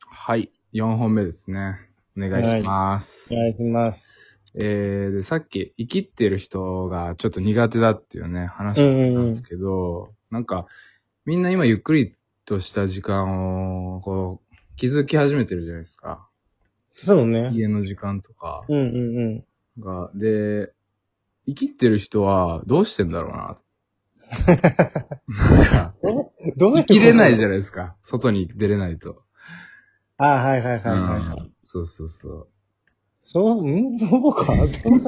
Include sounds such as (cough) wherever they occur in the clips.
はい。4本目ですね。お願いします。お願いします。えー、で、さっき、生きってる人がちょっと苦手だっていうね、話をしたんですけど、なんか、みんな今ゆっくりとした時間を、こう、気づき始めてるじゃないですか。そうね。家の時間とかうんうんうん。が。で、生きってる人はどうしてんだろうな。なんか、どう生きれないじゃん。ゃないですか。外に出れないと。あはいはいはいはい。うんそうそうそう。そう、んそうかど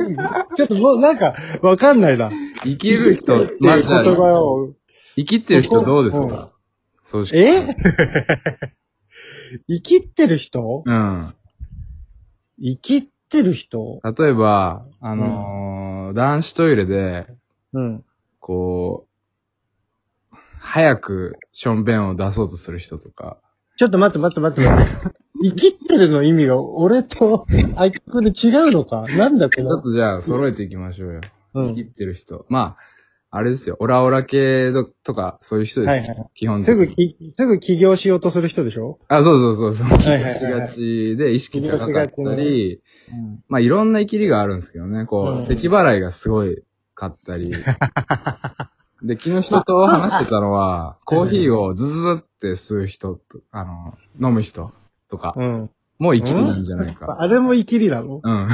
うなんちょっともうなんか、わかんないな。生きる人、まっあ、てじゃ言葉あ、を。生きってる人どうですそこかそうしえ (laughs) 生きってる人うん。生きってる人例えば、あのー男子トイレで、うん。こう、早くションベンを出そうとする人とか。ちょっと待って待って待って待って。生きってるの意味が俺とあいくで違うのかなんだちけょっど。とじゃあ、揃えていきましょうよ。う生ん。きてる人。まあ、あれですよ。オラオラ系のとか、そういう人です、ねはいはいは基本的すぐに。き、すぐ起業しようとする人でしょあ、そうそうそうそう。気はいはがいはいちがちで、意識高かっ気がたちがちり、まあ、いろんな生きりがあるんですけどね。うこう、ん咳払いがすごいかった (laughs) り。で、昨日人と話してたのは、コーヒーをズズズって吸う人と、あの、飲む人とか、うん。うん。もう生きりなんじゃないか。あれも生きりだろうん。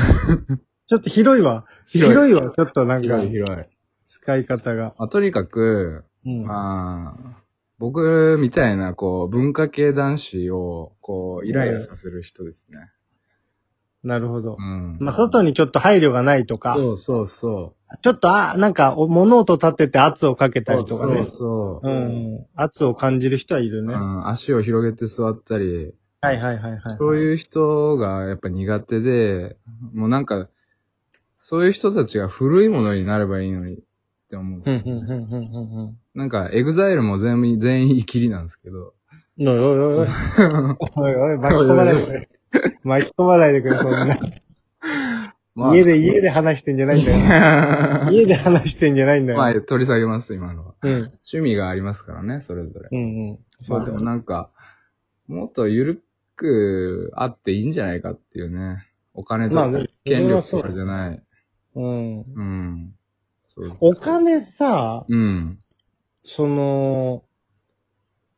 ちょっと広いわ。広い (laughs) 広いわ、ちょっとなんか広い、広い。使い方が。まあ、とにかく、うんまあ、僕みたいな、こう、文化系男子を、こう、イライラさせる人ですね。なるほどう。ん。まあ、外にちょっと配慮がないとか、そうそうそう。ちょっと、あ、なんか、お物音立てて圧をかけたりとかね。そうそううそう。ん。圧を感じる人はいるね。うはん、足を広げて座ったり、いはいはいはい。そういう人がやっぱ苦手で、もうなんか、そういう人たちが古いものになればいいのにって思うんふですんよふんふんふんふんふん。なんか、エグザイルも全員、全員生きりなんですけ (laughs) ど。おいおいおいおい。おいおい、巻き込まない (laughs) でくれ。巻き込まないでくれ、そんな。まあ、家で、家で話してんじゃないん (laughs) だよ。家で話してんじゃないんだよ。まあ、取り下げます、今のは。うん。趣味がありますからね、それぞれ。うんうん。まあでもなんか、もっと緩くあっていいんじゃないかっていうね。お金とまあかね権力そとれはそうかじゃない。うん。うん。そうお金さ、うん。その、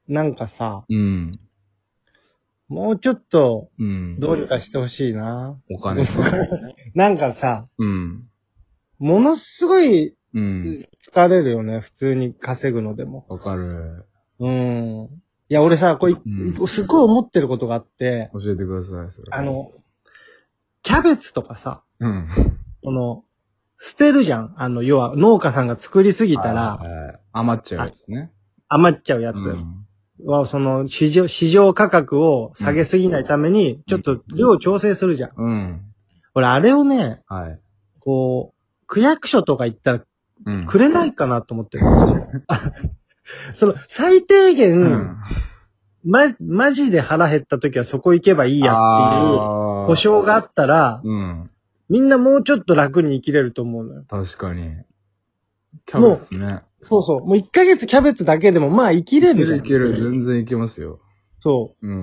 なんかさ、うん。もうちょっと、うん。どうにかしてほしいな。お金。なんかさ、うん。ものすごいうん。疲れるよね、普通に稼ぐのでも。わかる。うん。いや、俺さ、これ、うすごい思ってることがあって、教えてください、それ。あ、の、キャベツとかさ、うん。この、捨てるじゃん。あの、要は農家さんが作りすぎたらはいはい、余っちゃうですね。余っちゃうやうつんは、その市場、市場価格を下げすぎないために、ちょっと量を調整するじゃん。うん。俺、あれをね、はい。こう、区役所とか行ったらうん。くれないかなと思ってる。 (laughs) その、最低限、うん。ま、マジで腹減った時はそこ行けばいいやっていうあー保証があったら、うん。みんなもうちょっと楽に生きれると思うのよ。確かに。キャベツね。そうそう。もう1ヶ月キャベツだけでもまあ生きれいけるじゃるん。いける。全然いけますよ。そうん。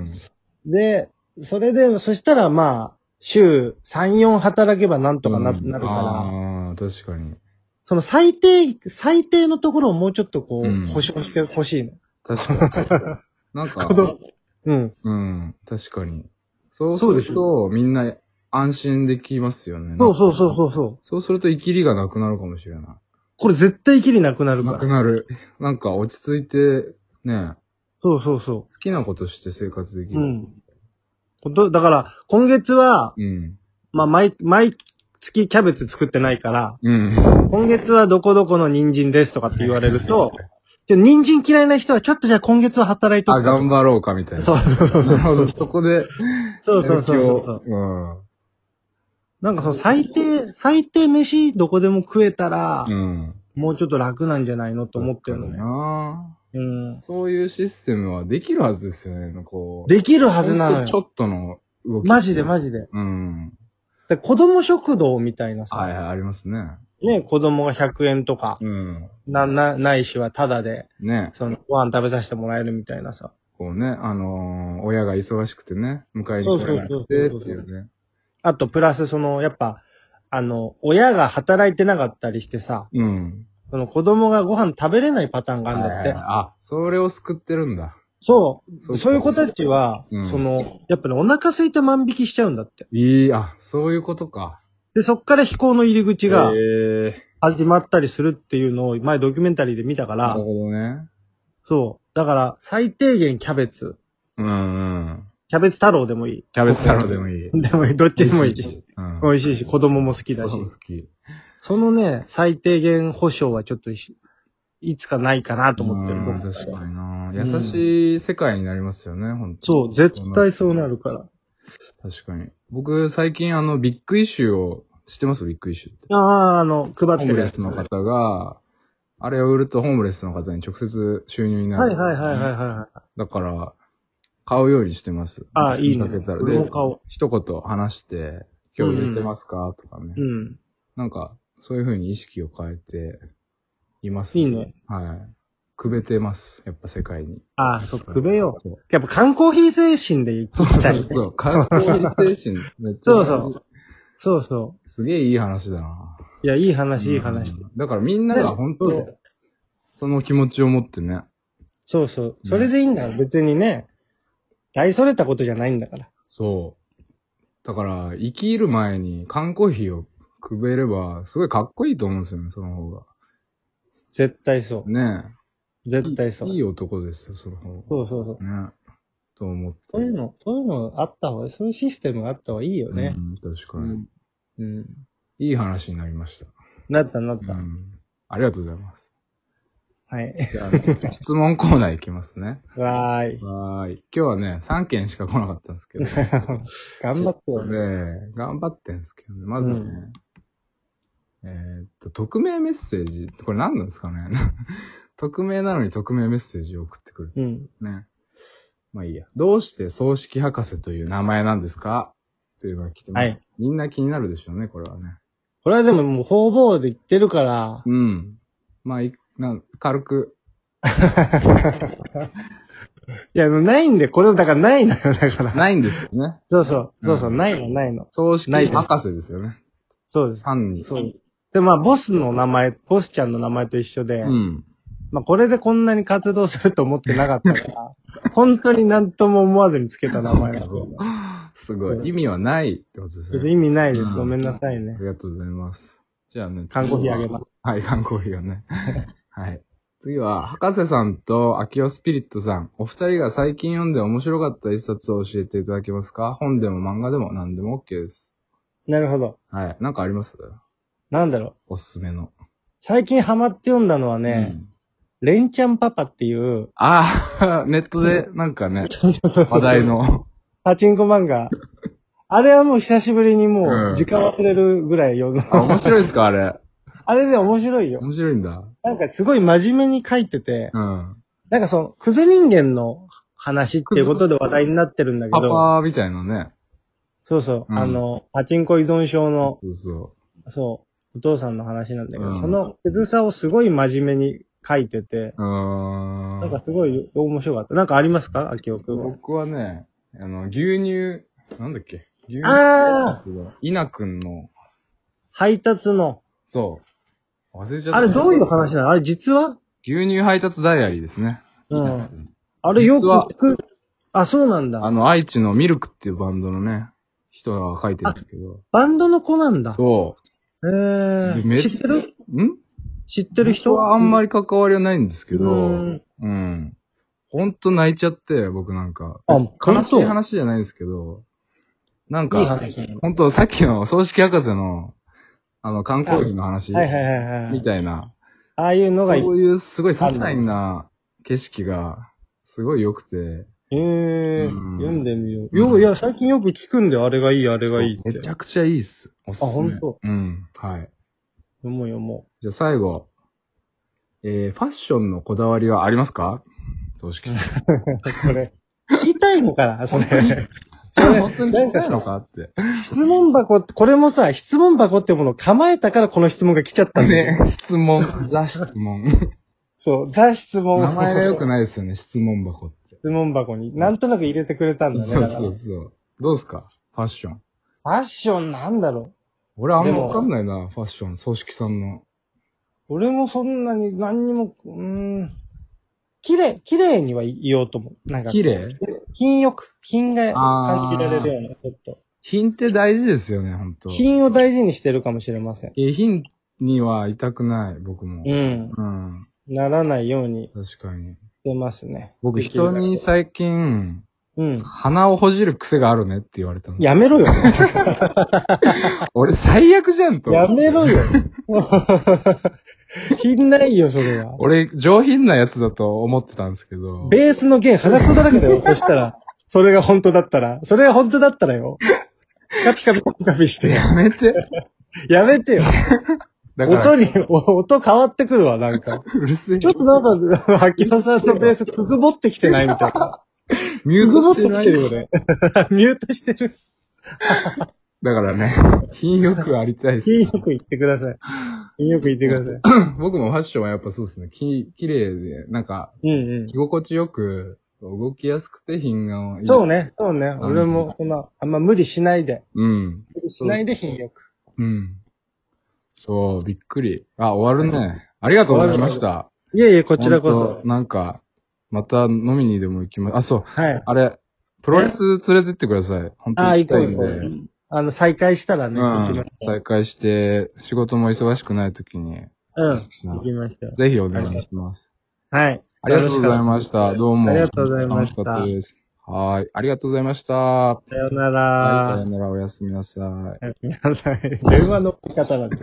う。で、それで、そしたらまあ、週3、4働けばなんとかな,、なるから、ら。ああ、確かに。その最低、最低のところをもうちょっとこう、うん保証してほしいの。確か (laughs) に。なん子か、供うん。うん。確かに。そうすそうるでしと、みんな安心できますよね。そうそうそうそうそう。そうすると、生きりがなくなるかもしれなこれ絶対きりなくなるい。かなくら。なる。なんか、落ち着いて、ね、そうそうそ好きなことして生活できう。うる。ん。ことだから、今月は、うん。まあ、毎、毎月キャベツ作ってないから、うん。今月はどこどこの人参ですとかって言われると、で人参嫌いな人はちょっとじゃあ今月は働いとあ、くか頑張ろうか、みたいな。そうそうそうなるほそど。う。そこで、そうそうそうそう。う。なんかその最低、最低飯どこでも食えたら、ん。うん。もうちょっと楽なんじゃないのと思ってるの確ねか。になうん。そういうシステムはできるはずですよね、こう。できるはずなのほんとちよ。ょっとの動き。マジでマジで。うん。で子供食堂みたいなさ、はいはい、ありますね。ね、子供が100円とか、うん。な、な、ないしはタダで、ね。その、ご飯食べさせてもらえるみたいなさ。こうね、あのー親が忙しくてね、迎えに来られてっていうね。あと、プラス、その、やっぱ、あの、親が働いてなかったりしてさ、うん。その子供がご飯食べれないパターンがあるんだって。あ、それを救ってるんだ。そ。そううそういう子たちは、うんその、やっぱね、お腹空いて万引きしちゃうんだって。いい、あ、そういうことか。で、そっから飛行の入り口がえー、始まったりするっていうのを前ドキュメンタリーで見たかならる、ほどね。そう。だから、最低限キャベツ。うんうん。キャベツ太郎でもいキャベツ太郎でもいい。い。でもいい。どっちでもいいし。うん。美味しいし、子供も好きだし子。供好き。そのね、最低限保障はちょっとしいつかないかなと思ってる。うん僕たち確はかにな。ん優しい世界になりますよね、本当そう、絶対そうなるから。確かに。僕、最近あの、ビッグイシューを、知ってますビッグイシューって。ああ、あの、配っホてームるレやスつ。のはい方が、あれを売るとホームレスの方に直接収入になはる。いはいはいはい。だから、買うようにしてます。ああいいね見かけたら。俺もで買おう、一言話して、今日売れてますかとかね。うん。なんか、そういう風に意識を変えています、いいね。はい。くべてます。やっぱ世界に。ああ、そう、くべよう。そう。やっぱ缶コーヒー精神で行そうきたそいうね。そう。観光精神。めっちゃ。そうそう。そうそすげえいい話だな。う。いや、いい話、いい話。うん。だからみんなが本そうだ当よ、その気持ちを持ってね。そうそう。それでいいんだよ。別にね、大それたことじゃないんだから。そう。だから、生きる前に缶コーヒーをくべれば、すごいかっこいいと思うんですよね、その方が。絶対そねう。え。絶対そう。いいいい男ですよ、その方そうそうそう。が。ねと思って。そういうの、そういうのあった方が、そういうシステムがあった方がいいよね。うん、確かうに、ん。うん。いい話になりました。なったなっうた。ん。ありがとうございます。はい。 (laughs) じゃあ、質問コーナーいきますね。わーい。 (laughs) はーい。今日はね、3件しか来なかったんですけど。 (laughs) 頑張ってよね。ねえ、頑張ってんすけどね。まずね、うんえーっと、匿名メッセージ、これ何なんですかね (laughs) 匿名なのに匿名メッセージを送ってくるうん。ね。まあいいや。どうして葬式博士という名前なんですかっていうのが来てます。はいみんな気になるでしょうね、これはね。これはでももう方々で言ってるから、うん。まあ、いなん軽く。 (laughs) いや、ないんで、これだからないのよ、 (laughs) だから。ないんですよね。そうそう、そうそう、うんないの、ないの。葬式ないです博士ですよね。そうです。単に。そうです。で、まあ、ボスの名前、ボスちゃんの名前と一緒で、うん。まあ、これでこんなに活動すると思ってなかった (laughs) から、本当になんとも思わずにつけた名前なんですごい。意味はないってことですす。ね。意味ないです。うんごめんなさいねあ。りがとうございます。じゃあね、。缶コーヒーあげます (laughs) はい、缶コーヒーをね。はい。次は、博士さんと秋尾スピリットさん、お二人が最近読んで面白かった一冊を教えていただけますか本でも漫画でも何でも OK です。なるほど。はい。なんかありますなんだろう。おすすめの。最近ハマって読んだのはね、うんレンちゃんパパっていう、ああ、ネットでなんかね、 (laughs) 話話題。の。パチンコ漫画。あれはもう久しぶりにうもんう、時間忘れるぐらい読んだ。 (laughs) あ、面白いですかあれ。 (laughs) あれね、面白いよ。面白いんだ。なんかすごい真面目に書いてて、うん。なんかその、クズ人間の話っていうことで話題になってるんだけパど、パみたいなね。そうそうう、んあの、パチンコ依存症の、そうそそう、お父さんの話なんだけど、うんそのクズさをすごい真面目に書いてて、う。うーん。なんかすごい面白かった。なんかありますか秋尾くんは。僕はね、あの、牛乳、なんだっけ牛乳あーー稲くんの、配達の、そう。忘れちゃった。あれどういう話なのあれ実は牛乳配達ダイアリーですね。 (laughs) うん。あれよく聞く。あ、そうなんあだ。の、愛知のミルクっていうバンドのね、人が書いてるんですけど。バンドの子なんだ。そえー、め知ってるう。ん知ってる人僕はあんまりり関わりはないんですけど、ううんん。ほんと泣いちゃって、僕なんか。あ悲しい話じゃないんですけど、なんいいか、話だね。ほんとさっきの葬式博士の、あの、缶コーヒーの話。はいはいはいはい。みたいな。ああいうのがいい。そういうすごい些細な景色が、すごい良くて、ええうん読んでみよう。うんよう、いや、最近よく聞くんで、あれがいい、あれがいいって。めちゃくちゃいいっす。おすすめ。あ本当うん。はい。読もう読もじゃあ最後。えー、ファッションのこだわりはありますか葬式して。う。それ。聞きたいのかなそれ。本当になんかそうのかって。質問箱って、これもさ、質問箱ってものを構えたからこの質問が来ちゃったんだよ。ね、 (laughs) 質問、ザ質問。そう、ザ質問。名前が良くないですよね、質問箱って。質問箱に、なんとなく入れてくれたんだね。そうだかそらうそう。どうすかファッション。ファッションなんだろ俺あんまわかんないな、ファッション、葬式さんの。う。俺もそんなに何にも、うーん。綺麗、綺麗には言おうと思う。なんか、綺麗品欲、品があー感じられるような、ちょっと。品って大事ですよね、ほんと。品を大事にしてるかもしれません。下品にはいたくない、僕もう。ん。うん。ならないように確かに。してますね。僕、人に最近、うん。鼻をほじる癖があるねって言われたんですよ。やめろよ。俺最悪じゃんと。やめろ (laughs) よ。品ないよ、それは。俺、上品なやつだと思ってたんですけど。ベースの弦鼻くそだらけ (laughs) だよ、そしたら。それが本当だったら。それが本当だったらよ。カピカピカピカピして。やめて。やめてよ。だから、音に、お音変わってくるわ、なんか。うるせえちょ。っとなんか、秋葉さんのベースくぐぼってきてないみたいな。ミュくーぐぼトっしててなきてるい。よね。 (laughs) ミュートしてる。だからね、品よくありたいです。品よく言ってください。品よく言ってく (laughs) ださ僕もファッションはやっぱそうですね。き、綺麗で、なんか、い。うんうん着。心地よく、動きやすくて品がいい。そうね。ね、そうね。俺も、そんな、あんま無理しないで。うん。無理しないで品よく。うん。そう、びっくり。あ、終わるね。ありがとうございました。いえいえ、こちらこほんそと。なんか、また飲みにでも行きま、あ、そう、はい。あれ、プロレス連れてってください。本当ああ、に行行きたこういん行で。こう。あの、再開したらね、行きうまんし。ょう。再開して、仕事も忙しくない時に、うん。ん行きましょう。ぜひお願いします。はい。ありがとうございました。どうも。ありがとうございました楽しかったです。はーい。ありがとうございました。は。さようなさいら (laughs) よ。なら、おやすみなさい。皆さん、電話の置き方なんで。